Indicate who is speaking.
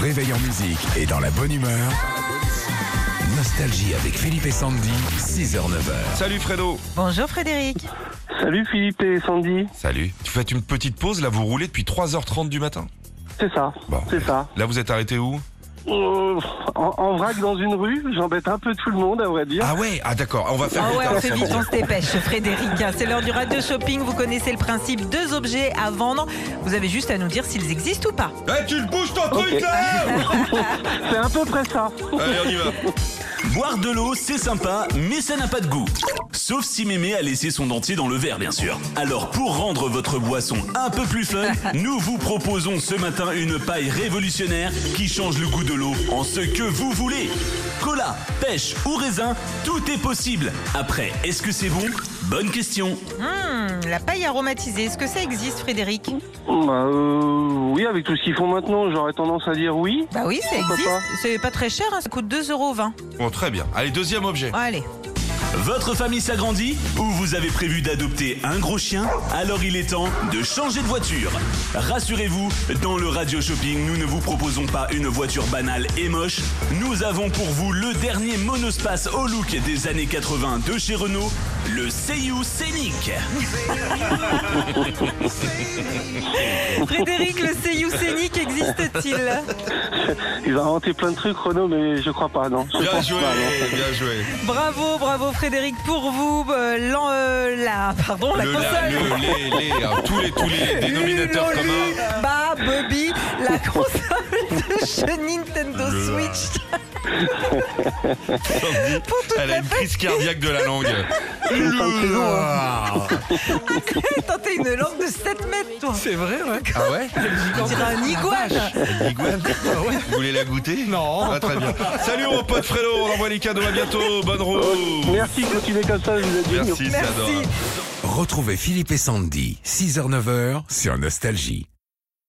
Speaker 1: réveil en musique et dans la bonne humeur. Nostalgie avec Philippe et Sandy, 6h-9h.
Speaker 2: Salut Fredo
Speaker 3: Bonjour Frédéric.
Speaker 4: Salut Philippe et Sandy,
Speaker 2: Salut. Tu faites une petite pause, là vous roulez depuis 3h30 du matin.
Speaker 4: c'est ça,
Speaker 2: Bon.
Speaker 4: c'est ça.
Speaker 2: Là vous êtes arrêté où
Speaker 4: Euh, en, en vrac dans une rue, j'embête un peu tout le monde à vrai dire.
Speaker 2: Ah ouais, ah d'accord, on va faire
Speaker 3: Ah
Speaker 2: vite,
Speaker 3: ouais,
Speaker 2: hein,
Speaker 3: on fait
Speaker 2: Sandy.
Speaker 3: vite, on se dépêche. Frédéric, hein, c'est l'heure du radio shopping. Vous connaissez le principe deux objets à vendre. Vous avez juste à nous dire s'ils existent ou pas.
Speaker 2: Eh, tu le bouges ton
Speaker 4: Ok.
Speaker 2: truc là Ah.
Speaker 4: C'est à peu près ça.
Speaker 2: Allez, on y va.
Speaker 5: Boire de l'eau, c'est sympa, mais ça n'a pas de goût. Sauf si mémé a laissé son dentier dans le verre, bien sûr. Alors, pour rendre votre boisson un peu plus fun, nous vous proposons ce matin une paille révolutionnaire qui change le goût de l'eau en ce que vous voulez. Cola, pêche ou raisin, tout est possible. Après, est-ce que c'est bon Bonne question.
Speaker 3: Hmm, la paille aromatisée, est-ce que ça existe Frédéric
Speaker 4: Bah, euh, oui, avec tout ce qu'ils font maintenant, j'aurais tendance à dire oui.
Speaker 3: Bah oui, ça
Speaker 4: Pourquoi
Speaker 3: existe.
Speaker 4: pas
Speaker 3: C'est pas très cher, hein, ça coûte 2,20€.
Speaker 2: Bon, très bien. Allez, deuxième objet.
Speaker 3: Allez.
Speaker 5: Votre famille s'agrandit ou vous avez prévu d'adopter un gros chien Alors il est temps de changer de voiture. Rassurez-vous, dans le Radio Shopping, nous ne vous proposons pas une voiture banale et moche. Nous avons pour vous le dernier monospace au look des années 80 de chez Renault, le Seiyu Scénic.
Speaker 3: Frédéric, le Seiyu Scénic existe-t-il
Speaker 4: Ils ont inventé plein de trucs, Renault, mais je crois pas, non. Je
Speaker 3: Ah,
Speaker 2: Bien
Speaker 4: pense
Speaker 2: joué,
Speaker 4: pas, non.
Speaker 2: bien joué.
Speaker 3: Bravo, bravo Frédéric pour vous. Euh, l'en- euh, la, pardon, la
Speaker 2: Le,
Speaker 3: console.
Speaker 2: la, le, les, les, hein, tous les, tous les dénominateurs
Speaker 3: Lulu,
Speaker 2: communs.
Speaker 3: Bah, Bobby, la console de chez Nintendo
Speaker 2: Le- Sandy,
Speaker 3: Switch.
Speaker 2: elle a une crise cardiaque de la langue. Ah.
Speaker 4: une fin de saison,
Speaker 3: hein. Attends, t'es une langue de 7 mètres, toi.
Speaker 6: C'est vrai, ouais.
Speaker 2: Ah ouais
Speaker 3: On dirait un iguane. Ah
Speaker 2: Vous voulez la goûter
Speaker 6: Non.
Speaker 2: Ah, très bien. Salut mon pote Fredo, on envoie les cadeaux, à bientôt, bonne roue
Speaker 4: Merci, continuez comme ça, je vous êtes géniaux.
Speaker 2: Merci, c'est adorable.
Speaker 3: Merci.
Speaker 1: Retrouvez Philippe et Sandy, 6h-9h sur Nostalgie.